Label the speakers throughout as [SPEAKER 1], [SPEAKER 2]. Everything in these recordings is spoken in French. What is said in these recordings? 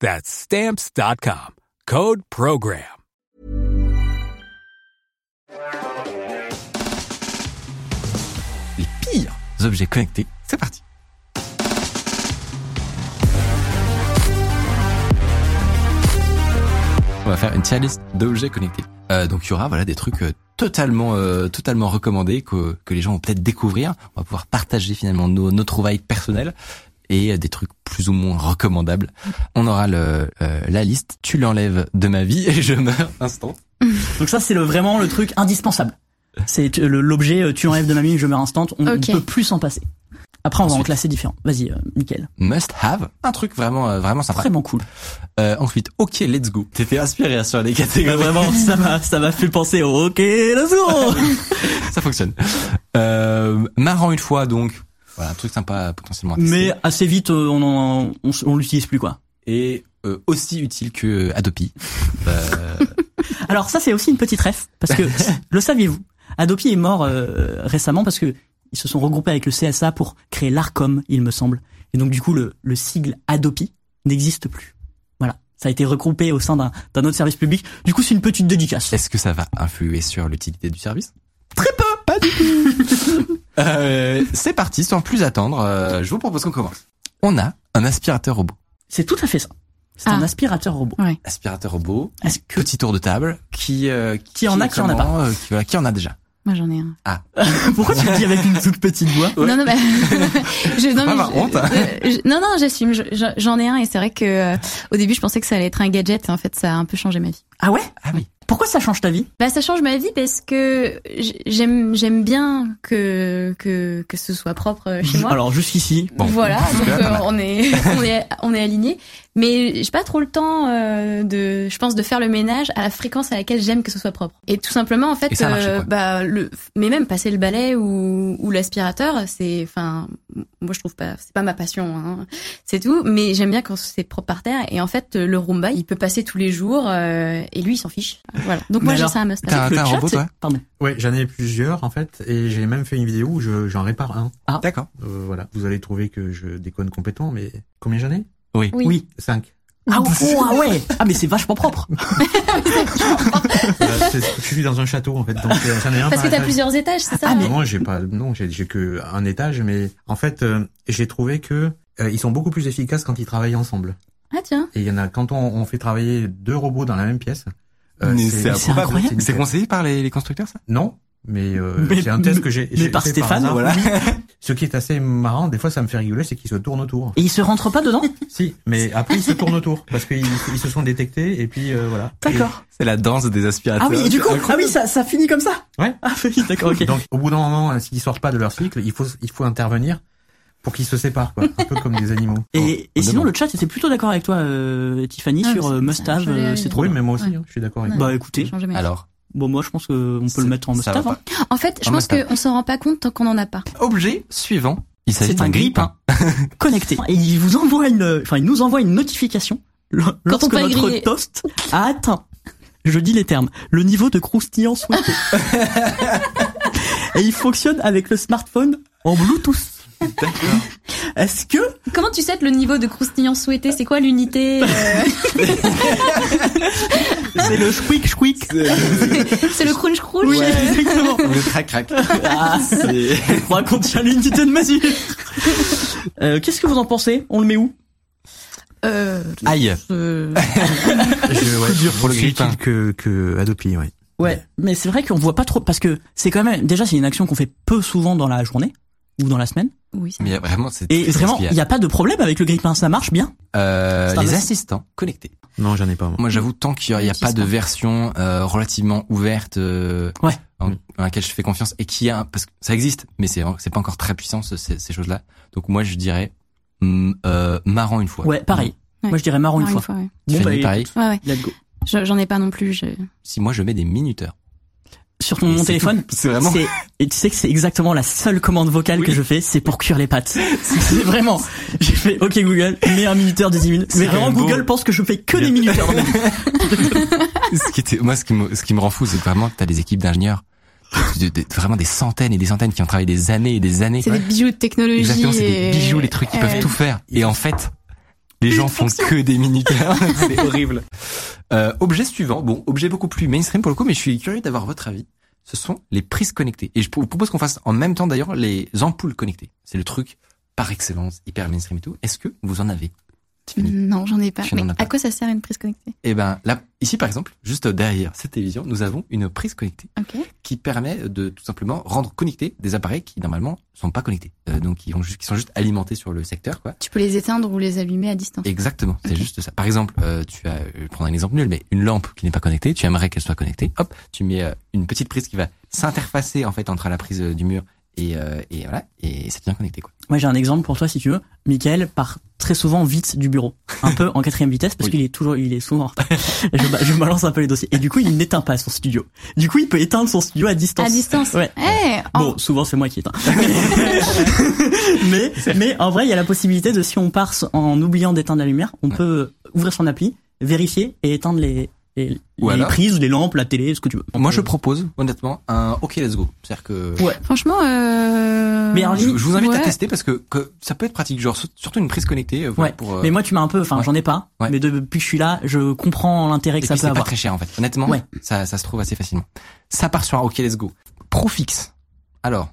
[SPEAKER 1] That's stamps.com. Code Program.
[SPEAKER 2] Les pires objets connectés, c'est parti. On va faire une tier list d'objets connectés. Euh, donc il y aura voilà des trucs euh, totalement euh, totalement recommandés que, que les gens vont peut-être découvrir. On va pouvoir partager finalement nos, nos trouvailles personnelles et euh, des trucs plus ou moins recommandables. On aura le, euh, la liste. Tu l'enlèves de ma vie et je meurs instant.
[SPEAKER 3] Donc ça, c'est le, vraiment le truc indispensable. C'est tu- le- l'objet euh, tu enlèves de ma mine, je meurs instant. On ne
[SPEAKER 4] Ok.
[SPEAKER 3] peut plus s'en passer. Après, on va en
[SPEAKER 2] Ensuite.
[SPEAKER 3] classer différents. Vas-y, euh, Mickaël.
[SPEAKER 2] Must have. Un truc vraiment euh, vraiment sympa.
[SPEAKER 3] Vraiment cool.
[SPEAKER 2] Euh, ensuite, ok, let's go. T'étais inspiré hein, sur les catégories.
[SPEAKER 3] ça m'a, ça m'a fait penser au OK, let's go
[SPEAKER 2] ça fonctionne. Euh, marrant une fois donc. Voilà un truc sympa euh, potentiellement. à tester.
[SPEAKER 3] Mais assez vite, euh, on en, on, s- on l'utilise plus, quoi.
[SPEAKER 2] et euh, aussi utile que Adopi. Euh,
[SPEAKER 3] Alors ça, c'est aussi une petite ref. Parce que, le saviez-vous? Adopi est mort euh, récemment parce que ils se sont regroupés avec le CSA pour créer l'ARCOM, il me semble. Et donc, du coup, le, le sigle Adopi n'existe plus. Voilà. Ça a été regroupé au sein d'un, d'un autre service public. Du coup, c'est une petite dédicace.
[SPEAKER 2] Est-ce que ça va influer sur l'utilité du service Très peu, pas du tout. Euh, c'est parti, sans plus attendre. euh, je vous propose qu'on commence. On a un aspirateur robot.
[SPEAKER 3] C'est tout à fait ça. C'est un
[SPEAKER 4] Ah.
[SPEAKER 3] aspirateur robot.
[SPEAKER 2] Aspirateur robot.
[SPEAKER 3] Est-ce que
[SPEAKER 2] Petit tour de table. Qui euh,
[SPEAKER 3] Qui en a, qui en a
[SPEAKER 2] comment, euh, qui, voilà, qui en a déjà
[SPEAKER 4] Moi j'en ai un.
[SPEAKER 3] pourquoi tu le dis avec une toute petite voix
[SPEAKER 4] Non non mais je
[SPEAKER 2] pas
[SPEAKER 4] non mais
[SPEAKER 2] avoir
[SPEAKER 4] je-
[SPEAKER 2] honte, hein.
[SPEAKER 4] je- je- non non j'assume je- je- j'en ai un et c'est vrai que euh, au début je pensais que ça allait être un gadget et en fait ça a un peu changé ma vie.
[SPEAKER 3] Ah ouais
[SPEAKER 2] Ah oui.
[SPEAKER 3] Pourquoi ça change ta vie
[SPEAKER 4] Bah ça change ma vie parce que j- j'aime j'aime bien que que que ce soit propre euh, chez moi.
[SPEAKER 3] Alors jusqu'ici,
[SPEAKER 2] Bon.
[SPEAKER 4] voilà,
[SPEAKER 2] Parce
[SPEAKER 4] donc
[SPEAKER 2] que là,
[SPEAKER 4] euh,
[SPEAKER 2] pas mal.
[SPEAKER 4] on est on est on est aligné, mais j'ai pas trop le temps euh, de je pense de faire le ménage à la fréquence à laquelle j'aime que ce soit propre. Et tout simplement en fait
[SPEAKER 2] Et ça a marché, quoi.
[SPEAKER 4] bah le mais même passer le balai ou ou l'aspirateur, c'est enfin moi je trouve pas c'est pas ma passion hein. C'est tout, mais j'aime bien quand c'est propre par terre et en fait le Roomba, il peut passer tous les jours euh, et lui il s'en fiche. Voilà. Donc
[SPEAKER 3] Mais
[SPEAKER 4] moi j'ai
[SPEAKER 3] alors,
[SPEAKER 4] ça à must have.
[SPEAKER 2] T'as un-
[SPEAKER 3] le
[SPEAKER 2] t'as un
[SPEAKER 3] chat,
[SPEAKER 2] robot,
[SPEAKER 3] c'est-
[SPEAKER 2] toi
[SPEAKER 3] Pardon.
[SPEAKER 5] Ouais, j'en ai plusieurs en fait, et j'ai même fait une vidéo où je- j'en répare un.
[SPEAKER 3] Ah.
[SPEAKER 2] D'accord.
[SPEAKER 5] Euh, voilà, vous allez trouver que je déconne complètement, mais combien j'en ai
[SPEAKER 4] Oui.
[SPEAKER 5] Cinq.
[SPEAKER 3] Ah, ouais, oh, ah ouais Ah mais c'est vachement propre.
[SPEAKER 5] Voilà, Bah, c'est- je suis dans un château en fait, donc euh, j'en ai un.
[SPEAKER 4] Parce que t'as
[SPEAKER 5] par
[SPEAKER 2] bah,
[SPEAKER 5] étage.
[SPEAKER 4] plusieurs étages, c'est ça
[SPEAKER 3] Ah, mais-
[SPEAKER 4] hein
[SPEAKER 5] Non, j'ai pas. Non, j'ai j'ai que un étage, mais en fait, euh, j'ai trouvé que euh, ils sont beaucoup plus efficaces quand ils travaillent ensemble.
[SPEAKER 4] Ah tiens.
[SPEAKER 5] Et il y en a quand on, on fait travailler deux robots dans la même pièce. euh,
[SPEAKER 2] Mais c'est
[SPEAKER 3] C'est incroyable.
[SPEAKER 5] c'est
[SPEAKER 2] C'est
[SPEAKER 5] nickel.
[SPEAKER 2] conseillé par les, les constructeurs, ça
[SPEAKER 5] Non, mais, euh,
[SPEAKER 3] Mais-
[SPEAKER 5] c'est un test que j'ai.
[SPEAKER 3] mais
[SPEAKER 5] j'ai
[SPEAKER 3] par
[SPEAKER 5] fait
[SPEAKER 3] Stéphane,
[SPEAKER 5] hasard.
[SPEAKER 2] Voilà.
[SPEAKER 5] Ce qui est assez marrant, des fois, ça me fait rigoler, c'est qu'ils se tournent autour.
[SPEAKER 3] Et il se rentre pas dedans
[SPEAKER 5] Si, mais après ils se tournent autour parce qu'ils ils se sont détectés et puis euh, voilà.
[SPEAKER 3] D'accord.
[SPEAKER 2] C'est la danse des aspirateurs.
[SPEAKER 3] Ah oui, et du coup, ah oui, ça, ça finit comme ça.
[SPEAKER 5] Ouais.
[SPEAKER 3] Ah oui, d'accord, ok.
[SPEAKER 5] Donc au bout d'un moment, hein, s'ils sortent pas de leur cycle, il faut il faut intervenir pour qu'ils se séparent, quoi. un peu comme des animaux.
[SPEAKER 3] Et, et
[SPEAKER 2] On
[SPEAKER 3] sinon,
[SPEAKER 2] demande.
[SPEAKER 3] le chat était plutôt d'accord avec toi, euh, Tiffany,
[SPEAKER 4] Ah,
[SPEAKER 3] sur
[SPEAKER 4] mais
[SPEAKER 3] euh,
[SPEAKER 4] c'est-
[SPEAKER 3] Must
[SPEAKER 4] ça a
[SPEAKER 3] Have,
[SPEAKER 4] changé la
[SPEAKER 3] euh,
[SPEAKER 4] vie.
[SPEAKER 3] c'est trop
[SPEAKER 5] Oui,
[SPEAKER 3] bien.
[SPEAKER 5] mais moi aussi,
[SPEAKER 4] Ouais.
[SPEAKER 5] hein, je suis d'accord avec.
[SPEAKER 4] Ouais.
[SPEAKER 5] vous.
[SPEAKER 3] Bah écoutez,
[SPEAKER 4] Changer ma vie.
[SPEAKER 2] Alors,
[SPEAKER 3] bon moi je pense qu'on peut le mettre en Must
[SPEAKER 2] ça va
[SPEAKER 3] Have. hein.
[SPEAKER 4] En fait, je
[SPEAKER 2] Un
[SPEAKER 4] pense
[SPEAKER 2] must have.
[SPEAKER 4] qu'on s'en rend pas compte tant qu'on en a pas.
[SPEAKER 2] pas. objet suivant. Il s'agit
[SPEAKER 3] C'est un
[SPEAKER 2] d'un
[SPEAKER 3] grille-pain
[SPEAKER 2] grille-pain.
[SPEAKER 3] connecté. Et il vous envoie une, enfin il nous envoie une notification lo- lorsque
[SPEAKER 4] peut le
[SPEAKER 3] notre
[SPEAKER 4] griller.
[SPEAKER 3] toast a atteint, je dis les termes, le niveau de croustillant souhaité. Et il fonctionne avec le smartphone en Bluetooth. Est-ce que
[SPEAKER 4] Comment tu sais le niveau de croustillant souhaité C'est quoi l'unité euh,
[SPEAKER 3] c'est le squeak squeak
[SPEAKER 4] C'est le crunch crunch
[SPEAKER 3] Oui,
[SPEAKER 4] euh,
[SPEAKER 3] exactement.
[SPEAKER 2] Le crac-crac.
[SPEAKER 3] Ah,
[SPEAKER 2] C'est-
[SPEAKER 3] je crois qu'on tient l'unité de mesure. Euh, Qu'est-ce que vous en pensez On le met où
[SPEAKER 4] euh,
[SPEAKER 2] Aïe.
[SPEAKER 4] euh,
[SPEAKER 5] Je, ouais,
[SPEAKER 2] dur pour le
[SPEAKER 5] Bah, je suis
[SPEAKER 2] grille-pain.
[SPEAKER 5] utile euh, que que Adopi, ouais.
[SPEAKER 3] Ouais, mais c'est vrai qu'on voit pas trop parce que c'est quand même déjà c'est une action qu'on fait peu souvent dans la journée ou dans la semaine.
[SPEAKER 4] Oui, ça-
[SPEAKER 2] Mais euh, vraiment, c'est
[SPEAKER 3] Et
[SPEAKER 2] triste
[SPEAKER 3] vraiment,
[SPEAKER 2] parce qu'il
[SPEAKER 3] il n'y a pas de problème avec le grippin, ça marche bien.
[SPEAKER 2] euh,
[SPEAKER 3] C'est un
[SPEAKER 2] les
[SPEAKER 3] assi-
[SPEAKER 2] assistants connectés.
[SPEAKER 5] Non, j'en ai pas. moi.
[SPEAKER 2] Moi, j'avoue, tant qu'il n'y a pas de version euh, relativement ouverte euh,
[SPEAKER 3] Ouais.
[SPEAKER 2] en, à laquelle je fais confiance et qui a, parce que ça existe, mais c'est c'est pas encore très puissant ce- ces, ces choses-là. Donc moi, je dirais mm, euh, marrant une fois.
[SPEAKER 3] Ouais, pareil.
[SPEAKER 4] Ouais.
[SPEAKER 3] Moi je dirais marron
[SPEAKER 4] Non,
[SPEAKER 3] une fois.
[SPEAKER 4] ouais.
[SPEAKER 2] Fanny,
[SPEAKER 3] bah,
[SPEAKER 2] pareil.
[SPEAKER 4] Ouais, ouais.
[SPEAKER 3] let's go.
[SPEAKER 4] Je- J'en ai pas non plus. je-
[SPEAKER 2] Si moi, je mets des minuteurs.
[SPEAKER 3] Sur ton
[SPEAKER 2] Et c'est
[SPEAKER 3] téléphone,
[SPEAKER 2] tout. C'est vraiment.
[SPEAKER 3] C'est- et tu sais que c'est exactement la seule commande vocale
[SPEAKER 2] Oui.
[SPEAKER 3] que je fais, c'est pour cuire les pâtes. c'est vraiment. J'ai fait OK Google, mets un minuteur de 10 minutes. Mais
[SPEAKER 2] quand
[SPEAKER 3] vraiment
[SPEAKER 2] même beau.
[SPEAKER 3] Google pense que je fais que des minuteurs. dans ma vie.
[SPEAKER 2] ce qui était, moi, ce qui me, ce qui me rend fou, c'est que vraiment, t'as des équipes d'ingénieurs, de- de- vraiment des centaines et des centaines qui ont travaillé des années et des années.
[SPEAKER 4] C'est des bijoux de technologie.
[SPEAKER 2] Exactement, c'est des
[SPEAKER 4] et-
[SPEAKER 2] bijoux, les trucs qui
[SPEAKER 4] Ouais.
[SPEAKER 2] peuvent tout faire. Et en fait, les gens font que des minuteurs. c'est horrible. Euh, objet suivant, bon, objet beaucoup plus mainstream pour le coup, mais je suis curieux d'avoir votre avis. Ce sont les prises connectées. Et je vous propose qu'on fasse en même temps d'ailleurs les ampoules connectées. C'est le truc par excellence, hyper mainstream et tout. Est-ce que vous en avez Tiffany
[SPEAKER 4] Non, j'en ai pas.
[SPEAKER 2] Tu
[SPEAKER 4] Mais
[SPEAKER 2] n'en as pas.
[SPEAKER 4] à quoi ça sert une prise connectée
[SPEAKER 2] Eh ben là, ici par exemple, juste derrière cette télévision, nous avons une prise connectée
[SPEAKER 4] Ok.
[SPEAKER 2] qui permet de tout simplement rendre connectés des appareils qui normalement sont pas connectés, Euh, donc qui, ont ju- qui sont juste alimentés sur le secteur, quoi.
[SPEAKER 4] Tu peux les éteindre ou les allumer à distance.
[SPEAKER 2] Exactement, c'est juste ça. Par exemple, euh, tu as, je vais prendre un exemple nul, mais une lampe qui n'est pas connectée, tu aimerais qu'elle soit connectée. Hop, tu mets euh, une petite prise qui va s'interfacer en fait entre la prise euh, du mur et, euh, et voilà, et ça devient connecté quoi.
[SPEAKER 3] Moi j'ai un exemple pour toi si tu veux. Michael part très souvent vite du bureau, un peu en quatrième vitesse parce
[SPEAKER 2] Oui.
[SPEAKER 3] qu'il est toujours, il est souvent en retard. je, ba- je balance un peu les dossiers et du coup il n'éteint pas son studio. Du coup il peut éteindre son studio à distance.
[SPEAKER 4] À distance.
[SPEAKER 3] Ouais.
[SPEAKER 4] Eh, en-
[SPEAKER 3] Bon, souvent c'est moi qui éteins. mais, mais en vrai, il y a la possibilité de si on part en oubliant d'éteindre la lumière, on
[SPEAKER 2] Ouais.
[SPEAKER 3] peut euh, ouvrir son appli, vérifier et éteindre les, les,
[SPEAKER 2] Ou
[SPEAKER 3] les
[SPEAKER 2] alors-
[SPEAKER 3] prises ou les lampes, la télé, ce que tu veux.
[SPEAKER 2] Moi, je propose honnêtement un OK, let's go. C'est-à-dire que
[SPEAKER 3] Ouais.
[SPEAKER 4] franchement. euh,
[SPEAKER 3] Mais en
[SPEAKER 2] je, je vous invite à
[SPEAKER 4] ouais.
[SPEAKER 2] tester parce que, que ça peut être pratique, genre sur- surtout une prise connectée. euh, voilà,
[SPEAKER 3] Ouais.
[SPEAKER 2] pour, euh,
[SPEAKER 3] Mais moi, tu m'as un peu, enfin,
[SPEAKER 2] Ouais.
[SPEAKER 3] j'en ai pas.
[SPEAKER 2] Ouais.
[SPEAKER 3] Mais depuis que je suis là, je comprends l'intérêt que
[SPEAKER 2] Et
[SPEAKER 3] ça
[SPEAKER 2] puis,
[SPEAKER 3] peut
[SPEAKER 2] c'est pas
[SPEAKER 3] avoir.
[SPEAKER 2] très cher en fait. Honnêtement,
[SPEAKER 3] Ouais.
[SPEAKER 2] ça, ça se trouve assez facilement. Ça part sur un OK, let's go. Profix. Alors,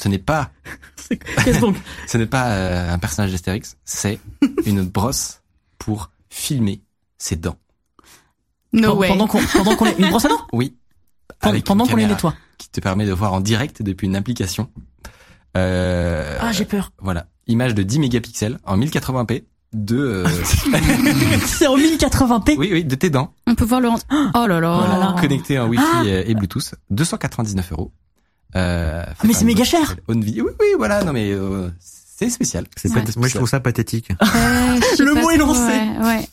[SPEAKER 2] ce n'est pas
[SPEAKER 3] Qu'est-ce donc
[SPEAKER 2] Ce n'est pas euh, un personnage d'Astérix, c'est une brosse pour filmer ses dents.
[SPEAKER 4] No
[SPEAKER 3] Pen-
[SPEAKER 4] way.
[SPEAKER 3] Pendant qu'on, pendant qu'on est une brosse à dents,
[SPEAKER 2] Oui.
[SPEAKER 3] Pen-
[SPEAKER 2] Avec
[SPEAKER 3] pendant
[SPEAKER 2] une
[SPEAKER 3] qu'on les
[SPEAKER 2] caméra
[SPEAKER 3] nettoie.
[SPEAKER 2] Qui te permet de voir en direct depuis une application. Euh,
[SPEAKER 3] Ah, j'ai peur.
[SPEAKER 2] voilà. Image de 10 mégapixels en 1080p de euh,
[SPEAKER 3] Ah, C'est en 1080p.
[SPEAKER 2] oui oui de tes dents
[SPEAKER 4] On peut voir le. rent- Oh là là.
[SPEAKER 2] voilà, connecté en wifi
[SPEAKER 3] Ah.
[SPEAKER 2] et, et Bluetooth 299 euros euh, fait
[SPEAKER 3] Ah, mais
[SPEAKER 2] par
[SPEAKER 3] c'est méga
[SPEAKER 2] une
[SPEAKER 3] cher.
[SPEAKER 2] boîte qui s'appelle Onvi. oui oui voilà non mais euh, c'est spécial c'est
[SPEAKER 4] Ouais.
[SPEAKER 5] Moi, je trouve ça pathétique.
[SPEAKER 4] Ouais, je sais
[SPEAKER 3] Le
[SPEAKER 4] pas
[SPEAKER 3] mot est
[SPEAKER 4] trop,
[SPEAKER 3] lancé.
[SPEAKER 4] ouais, ouais.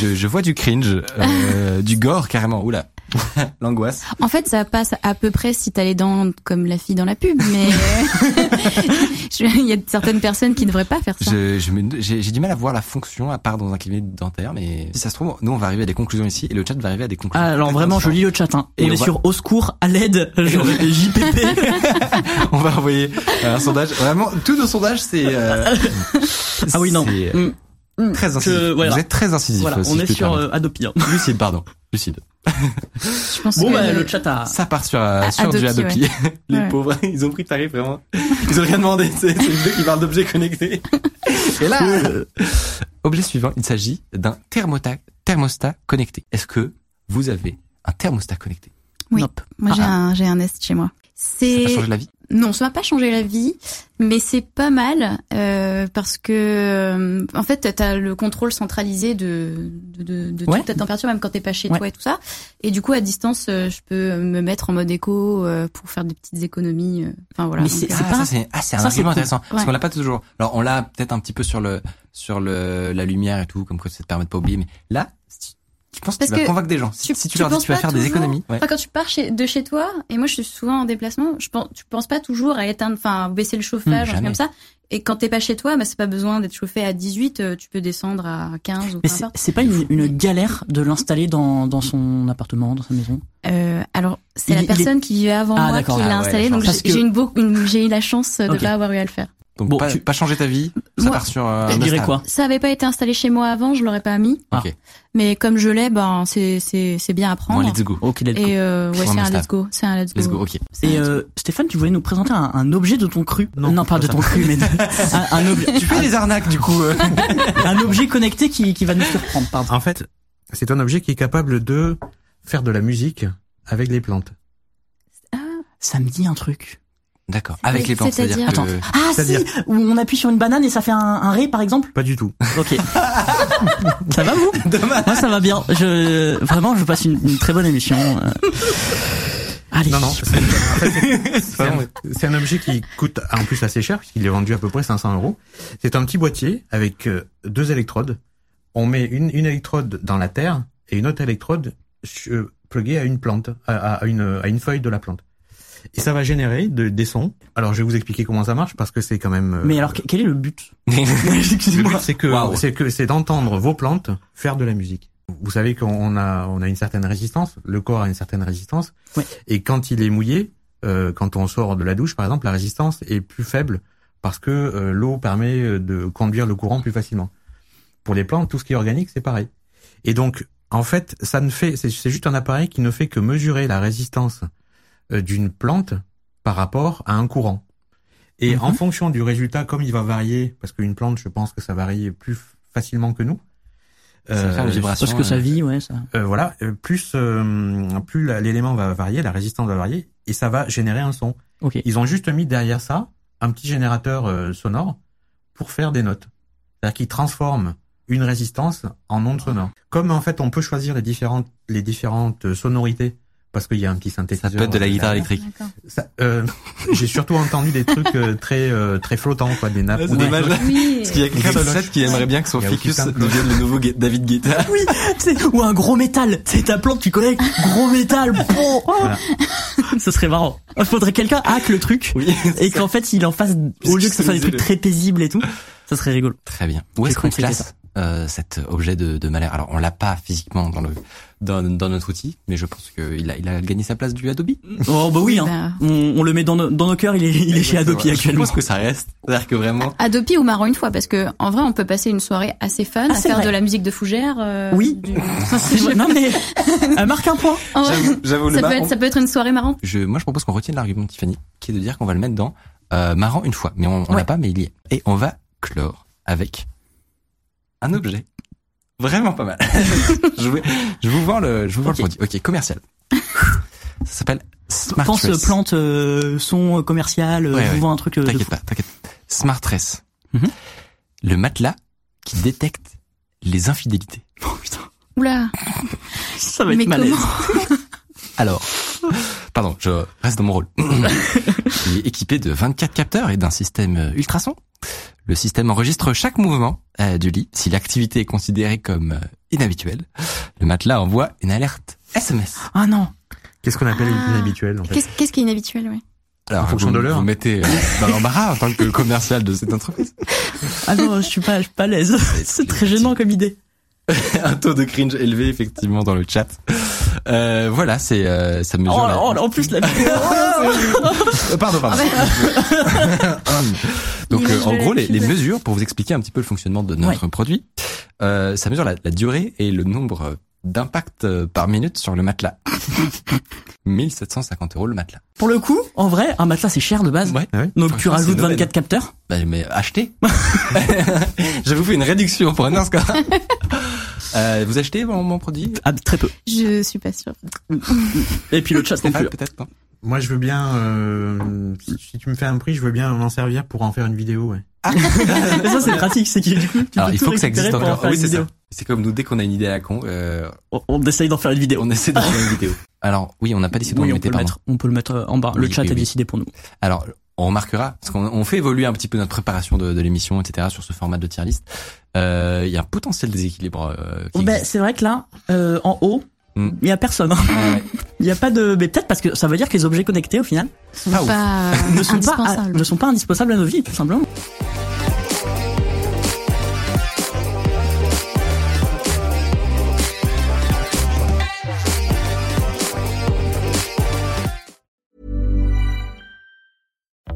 [SPEAKER 2] je, je vois du cringe euh, du gore carrément oula l'angoisse
[SPEAKER 3] Ah,
[SPEAKER 4] En fait, ça passe à peu près si t'as les dents comme la fille dans la pub, mais euh, je- il y a certaines personnes qui ne devraient pas faire ça.
[SPEAKER 2] Je- je me- J'ai j'ai du mal à voir la fonction à part dans un cabinet dentaire, mais si ça se trouve, nous on va arriver à des conclusions ici et le chat va arriver à des conclusions.
[SPEAKER 3] Ah, Alors
[SPEAKER 2] complètement
[SPEAKER 3] vraiment, je
[SPEAKER 2] différentes.
[SPEAKER 3] lis le chat. Hein.
[SPEAKER 2] Et
[SPEAKER 3] on
[SPEAKER 2] on
[SPEAKER 3] est
[SPEAKER 2] va-
[SPEAKER 3] sur au secours, à l'aide, genre, JPP.
[SPEAKER 2] On va envoyer euh, un sondage. Vraiment, tous nos sondages, c'est. euh,
[SPEAKER 3] Ah oui, non.
[SPEAKER 2] c'est, euh,
[SPEAKER 3] Mm. Mm.
[SPEAKER 2] Très incisif.
[SPEAKER 3] Que, voilà.
[SPEAKER 2] Vous êtes très incisif.
[SPEAKER 3] Voilà,
[SPEAKER 2] euh, si
[SPEAKER 3] on
[SPEAKER 2] je
[SPEAKER 3] est
[SPEAKER 2] puis me
[SPEAKER 3] sur
[SPEAKER 2] permettre.
[SPEAKER 3] euh, Adopi. hein.
[SPEAKER 2] Lucide, pardon. Lucide.
[SPEAKER 4] Je pense
[SPEAKER 3] Bon,
[SPEAKER 4] que-
[SPEAKER 3] bah, le chat a.
[SPEAKER 2] Ça part sur, euh,
[SPEAKER 4] Ah,
[SPEAKER 2] sur du
[SPEAKER 4] Adopi,
[SPEAKER 2] Adopi. Les
[SPEAKER 4] Ouais.
[SPEAKER 2] pauvres, ils ont pris le tarif vraiment. Ils ont rien demandé. C'est c'est le jeu qui parle d'objets connectés. Et là, euh, objet suivant, il s'agit d'un thermota- thermostat connecté. Est-ce que vous avez un thermostat connecté
[SPEAKER 4] Oui.
[SPEAKER 3] Nope.
[SPEAKER 4] Moi, j'ai
[SPEAKER 2] Ah.
[SPEAKER 4] un, j'ai un Nest chez moi.
[SPEAKER 2] Ça
[SPEAKER 4] C'est
[SPEAKER 2] t'a changé la vie
[SPEAKER 4] non, ça m'a pas changé la vie, mais c'est pas mal euh, parce que euh, en fait, t'as le contrôle centralisé de de, de, de
[SPEAKER 3] Ouais.
[SPEAKER 4] toute ta température, même quand t'es pas chez
[SPEAKER 3] Ouais.
[SPEAKER 4] toi et tout ça. Et du coup, à distance, euh, je peux me mettre en mode éco euh, pour faire des petites économies. euh. Enfin voilà.
[SPEAKER 3] Mais
[SPEAKER 4] Donc,
[SPEAKER 3] c'est-
[SPEAKER 4] euh,
[SPEAKER 2] Ah,
[SPEAKER 3] pas-
[SPEAKER 2] ça c'est ah, c'est un
[SPEAKER 3] ça, c'est
[SPEAKER 2] argument
[SPEAKER 3] cool.
[SPEAKER 2] intéressant parce
[SPEAKER 4] Ouais.
[SPEAKER 2] qu'on l'a pas toujours. Alors on l'a peut-être un petit peu sur le sur le la lumière et tout comme quoi ça te permet de pas oublier mais là si- je pense que
[SPEAKER 4] Parce
[SPEAKER 2] tu vas
[SPEAKER 4] que
[SPEAKER 2] convaincre des gens. Si,
[SPEAKER 4] tu-
[SPEAKER 2] si tu
[SPEAKER 4] tu
[SPEAKER 2] leur dis
[SPEAKER 4] penses
[SPEAKER 2] tu vas
[SPEAKER 4] pas
[SPEAKER 2] faire des
[SPEAKER 4] toujours-
[SPEAKER 2] économies. Ouais.
[SPEAKER 4] Enfin, quand tu pars chez, de chez toi, et moi je suis souvent en déplacement, je pense, tu penses pas toujours à éteindre, enfin, à baisser le chauffage,
[SPEAKER 2] Hmm,
[SPEAKER 4] un truc
[SPEAKER 2] jamais.
[SPEAKER 4] comme ça. Et quand t'es pas chez toi, bah, c'est pas besoin d'être chauffé à 18, euh, tu peux descendre à 15 ou peu
[SPEAKER 3] Mais c'est-
[SPEAKER 4] importe.
[SPEAKER 3] c'est pas une, une galère de l'installer dans, dans son appartement, dans sa maison.
[SPEAKER 4] Euh, alors, c'est
[SPEAKER 3] Il-
[SPEAKER 4] la
[SPEAKER 3] il est-
[SPEAKER 4] personne qui vivait avant
[SPEAKER 3] Ah,
[SPEAKER 4] moi qui
[SPEAKER 3] d'accord.
[SPEAKER 4] l'a
[SPEAKER 2] Ah ouais,
[SPEAKER 4] installé,
[SPEAKER 2] la
[SPEAKER 4] donc
[SPEAKER 3] chance.
[SPEAKER 4] j'ai j'ai une beau- une- j'ai eu la chance de
[SPEAKER 3] Ok.
[SPEAKER 4] pas avoir eu à le faire.
[SPEAKER 2] Donc
[SPEAKER 3] Bon,
[SPEAKER 2] pas,
[SPEAKER 3] tu-
[SPEAKER 2] pas changer ta vie. Ça
[SPEAKER 4] Moi,
[SPEAKER 2] part sur. euh,
[SPEAKER 3] je
[SPEAKER 2] un
[SPEAKER 3] dirais
[SPEAKER 2] Insta.
[SPEAKER 3] quoi
[SPEAKER 4] Ça avait pas été installé chez moi avant, je l'aurais pas mis.
[SPEAKER 2] Ok.
[SPEAKER 4] Mais comme je l'ai, ben, c'est, c'est, c'est bien à
[SPEAKER 2] Bon,
[SPEAKER 4] prendre.
[SPEAKER 2] let's go.
[SPEAKER 3] Ok, let's go.
[SPEAKER 4] et euh, ouais,
[SPEAKER 2] Pour un
[SPEAKER 4] c'est un
[SPEAKER 2] must-have.
[SPEAKER 4] let's go. C'est un let's go.
[SPEAKER 2] Let's go. Ok.
[SPEAKER 4] C'est un
[SPEAKER 3] Et,
[SPEAKER 4] let's go.
[SPEAKER 3] euh, Stéphane, tu voulais nous présenter un, un objet de ton cru.
[SPEAKER 5] Non,
[SPEAKER 3] pas de
[SPEAKER 5] pas
[SPEAKER 3] ton cru, mais de- un, un objet,
[SPEAKER 2] Tu fais des arnaques du coup. euh.
[SPEAKER 3] un objet connecté qui, qui va nous surprendre. Pardon.
[SPEAKER 5] En fait, c'est un objet qui est capable de faire de la musique avec les plantes.
[SPEAKER 3] Ça me dit un truc.
[SPEAKER 2] D'accord. Avec les plantes,
[SPEAKER 4] C'est-à-dire-
[SPEAKER 2] c'est-à-dire
[SPEAKER 3] Attends.
[SPEAKER 2] que...
[SPEAKER 3] Ah si,
[SPEAKER 5] C'est-à-dire-
[SPEAKER 3] où on appuie sur une banane et ça fait un, un ré par exemple.
[SPEAKER 5] Pas du tout.
[SPEAKER 3] Ok. ça va vous Moi ça va bien. Je vraiment je passe une, une très bonne émission. euh. Allez.
[SPEAKER 5] Non, non. c'est- en fait, c'est- C'est un, c'est un objet qui coûte en plus assez cher, puisqu'il est vendu à peu près 500 euros. C'est un petit boîtier avec euh, deux électrodes. On met une, une électrode dans la terre et une autre électrode euh, pluguée à une plante, à, à- à une, à une feuille de la plante. Et ça va générer de, des sons. Alors je vais vous expliquer comment ça marche parce que c'est quand même. euh,
[SPEAKER 3] Mais alors que- quel est le but
[SPEAKER 5] Le
[SPEAKER 3] Excusez-moi.
[SPEAKER 5] but, c'est que
[SPEAKER 2] Waouh.
[SPEAKER 5] c'est que c'est d'entendre vos plantes faire de la musique. Vous savez qu'on on a on a une certaine résistance, le corps a une certaine résistance,
[SPEAKER 3] Ouais.
[SPEAKER 5] et quand il est mouillé, euh, quand on sort de la douche par exemple, la résistance est plus faible parce que euh, l'eau permet de conduire le courant plus facilement. Pour les plantes, tout ce qui est organique, c'est pareil. Et donc en fait, ça ne fait c'est c'est juste un appareil qui ne fait que mesurer la résistance euh, d'une plante par rapport à un courant. Et
[SPEAKER 2] Mhm.
[SPEAKER 5] en fonction du résultat, comme il va varier, parce qu'une plante, je pense que ça varie plus f- facilement que nous.
[SPEAKER 2] Ça va faire une vibration.
[SPEAKER 3] Parce que sa vie, ouais, ça.
[SPEAKER 5] euh, voilà, euh, plus euh, plus la- l'élément va varier, la résistance va varier, et ça va générer un son.
[SPEAKER 3] Ok.
[SPEAKER 5] Ils ont juste mis derrière ça un petit générateur euh, sonore pour faire des notes. C'est-à-dire qu'ils transforment une résistance en onde sonore. Comme en fait on peut choisir les différentes les différentes euh, sonorités parce qu'il y a un petit
[SPEAKER 2] Ça
[SPEAKER 5] synthétiseur.
[SPEAKER 2] peut être de la
[SPEAKER 5] derrière.
[SPEAKER 2] guitare électrique.
[SPEAKER 4] D'accord.
[SPEAKER 5] Ça, euh, J'ai surtout entendu des trucs euh, très euh, très flottants quoi, des nappes.
[SPEAKER 2] Ouais,
[SPEAKER 5] ou des-
[SPEAKER 2] dommage.
[SPEAKER 4] Oui.
[SPEAKER 2] Parce qu'il y a quelqu'un
[SPEAKER 5] Comme
[SPEAKER 2] de
[SPEAKER 5] Solange.
[SPEAKER 2] set qui aimerait bien que son
[SPEAKER 5] Il y a
[SPEAKER 2] ficus
[SPEAKER 5] aucun plan.
[SPEAKER 2] devienne le nouveau Gu- David Guetta.
[SPEAKER 3] Oui, c'est- ou un gros métal. C'est ta plante, tu connais, gros métal. Bon.
[SPEAKER 5] Voilà.
[SPEAKER 3] Ce serait marrant. Faudrait que quelqu'un hack le truc
[SPEAKER 2] Oui.
[SPEAKER 3] et qu'en fait il en fasse au lieu que ce soit
[SPEAKER 2] customiser
[SPEAKER 3] des trucs
[SPEAKER 2] le-
[SPEAKER 3] très paisibles et tout. Ça serait rigolo.
[SPEAKER 2] Très bien. Où
[SPEAKER 3] J'ai
[SPEAKER 2] est-ce
[SPEAKER 3] cru
[SPEAKER 2] qu'on
[SPEAKER 3] que c'était
[SPEAKER 2] classe euh, cet objet de, de malheur Alors, on l'a pas physiquement dans le dans, dans notre outil, mais je pense qu'il a, il a gagné sa place du Adobe.
[SPEAKER 3] Oh bah oui,
[SPEAKER 4] Oui,
[SPEAKER 3] hein. on, on le met dans nos, dans nos cœurs. Il est, il est chez Adobe actuellement.
[SPEAKER 2] Je pense que ça reste. C'est-à-dire que vraiment,
[SPEAKER 4] Adopi ou marrant une fois parce que en vrai on peut passer une soirée assez fun
[SPEAKER 3] Ah,
[SPEAKER 4] à
[SPEAKER 3] c'est
[SPEAKER 4] faire
[SPEAKER 3] vrai.
[SPEAKER 4] de la musique de fougère. euh,
[SPEAKER 3] Oui.
[SPEAKER 4] du-
[SPEAKER 3] Non mais euh, marque un point.
[SPEAKER 4] En vrai,
[SPEAKER 2] j'avoue- j'avoue le
[SPEAKER 4] ça peut
[SPEAKER 2] marrant.
[SPEAKER 4] être ça peut être une soirée marrante.
[SPEAKER 2] Je, moi, je propose qu'on retienne l'argument de Tiffany, qui est de dire qu'on va le mettre dans euh, marrant une fois, mais on, on
[SPEAKER 3] Ouais.
[SPEAKER 2] l'a pas, mais il y est. Et on va clore avec un objet vraiment pas mal. je, vous, je vous vends le, je vous vends
[SPEAKER 3] Ok.
[SPEAKER 2] le produit. Ok, commercial. ça s'appelle Smart
[SPEAKER 3] Pense euh,
[SPEAKER 2] Dress.
[SPEAKER 3] plante, euh, son euh, commercial, euh,
[SPEAKER 2] Ouais,
[SPEAKER 3] je vous
[SPEAKER 2] ouais.
[SPEAKER 3] vends un truc. euh, de
[SPEAKER 2] T'inquiète
[SPEAKER 3] fou.
[SPEAKER 2] pas, t'inquiète. Smartress.
[SPEAKER 3] Mhm.
[SPEAKER 2] Le matelas qui détecte les infidélités.
[SPEAKER 3] Oh, putain,
[SPEAKER 4] Oula.
[SPEAKER 3] ça va être
[SPEAKER 4] Mais
[SPEAKER 3] malaise.
[SPEAKER 4] comment
[SPEAKER 2] Alors, pardon, je reste dans mon rôle. Il est équipé de 24 capteurs et d'un système euh, ultrason. Le système enregistre chaque mouvement euh, du lit. Si l'activité est considérée comme euh, inhabituelle, le matelas envoie une alerte SMS.
[SPEAKER 3] Ah non.
[SPEAKER 5] Qu'est-ce qu'on appelle
[SPEAKER 4] Ah.
[SPEAKER 5] inhabituel en fait
[SPEAKER 4] Qu'est-ce qu'est-ce qui est inhabituel ouais.
[SPEAKER 2] Alors,
[SPEAKER 5] En fonction
[SPEAKER 2] vous,
[SPEAKER 5] de l'heure.
[SPEAKER 2] vous mettez euh, dans l'embarras en tant que commercial de cette entreprise.
[SPEAKER 3] Ah non, je suis pas, je suis pas à l'aise. C'est très gênant comme idée.
[SPEAKER 2] un taux de cringe élevé effectivement dans le chat. Euh, voilà, c'est euh, ça mesure.
[SPEAKER 3] Oh,
[SPEAKER 2] la-
[SPEAKER 3] oh, en plus la
[SPEAKER 2] Euh, Pardon, pardon. Hum. Donc
[SPEAKER 4] L'image
[SPEAKER 2] euh, en
[SPEAKER 4] de la
[SPEAKER 2] gros, les, les
[SPEAKER 4] pub.
[SPEAKER 2] mesures pour vous expliquer un petit peu le fonctionnement de notre produit, euh, ça mesure la, la durée et le nombre d'impacts euh, par minute sur le matelas. 1750 euros le matelas.
[SPEAKER 3] Pour le coup, en vrai, un matelas c'est cher de base.
[SPEAKER 2] Ouais.
[SPEAKER 5] Ah ouais
[SPEAKER 3] Donc tu
[SPEAKER 2] Franchement,
[SPEAKER 3] rajoutes
[SPEAKER 2] c'est une
[SPEAKER 3] 24 capteurs.
[SPEAKER 2] Bah, mais achetez. Je vous fais une réduction pour un instant. euh, vous achetez mon, mon produit
[SPEAKER 3] Ah, très peu.
[SPEAKER 4] Je suis pas sûre.
[SPEAKER 3] Et puis le chat non
[SPEAKER 2] Stéphane,
[SPEAKER 3] plus.
[SPEAKER 2] peut-être non
[SPEAKER 5] Moi, je veux bien. euh, si, si tu me fais un prix, je veux bien m'en servir pour en faire une vidéo. Ouais.
[SPEAKER 3] Mais ça c'est pratique, c'est que du coup, tu
[SPEAKER 2] Ah, Alors,
[SPEAKER 3] peux
[SPEAKER 2] il
[SPEAKER 3] tout
[SPEAKER 2] faut que ça
[SPEAKER 3] récupérer
[SPEAKER 2] existe
[SPEAKER 3] pour en
[SPEAKER 2] encore.
[SPEAKER 3] faire
[SPEAKER 2] Oui,
[SPEAKER 3] une
[SPEAKER 2] c'est
[SPEAKER 3] vidéo.
[SPEAKER 2] ça. C'est comme nous, dès qu'on a une idée à la con, euh,
[SPEAKER 3] On, on essaye d'en faire une vidéo.
[SPEAKER 2] on essaie de faire une vidéo. Alors, oui, on n'a pas décidé d'en
[SPEAKER 3] Oui, on
[SPEAKER 2] mettre,
[SPEAKER 3] peut, le
[SPEAKER 2] pardon.
[SPEAKER 3] mettre, on peut le mettre euh, en bas. le
[SPEAKER 2] Oui,
[SPEAKER 3] chat
[SPEAKER 2] oui,
[SPEAKER 3] a
[SPEAKER 2] oui.
[SPEAKER 3] décidé pour nous.
[SPEAKER 2] Alors, on remarquera, parce qu'on on fait évoluer un petit peu notre préparation de, de l'émission, etc., sur ce format de tier list. Euh, Il y a un potentiel déséquilibre euh, qui
[SPEAKER 3] Oh, ben,
[SPEAKER 2] existe.
[SPEAKER 3] c'est vrai que là, euh, en haut, il
[SPEAKER 2] Mm.
[SPEAKER 3] y a personne. hein.
[SPEAKER 2] Ouais, ouais.
[SPEAKER 3] Il y a pas de. Mais peut-être parce que ça veut dire que les objets connectés au final
[SPEAKER 4] Sont
[SPEAKER 2] Pas ouf.
[SPEAKER 4] pas
[SPEAKER 3] ne sont pas
[SPEAKER 4] indispensables.
[SPEAKER 3] ne sont pas indispensables à nos vies tout simplement.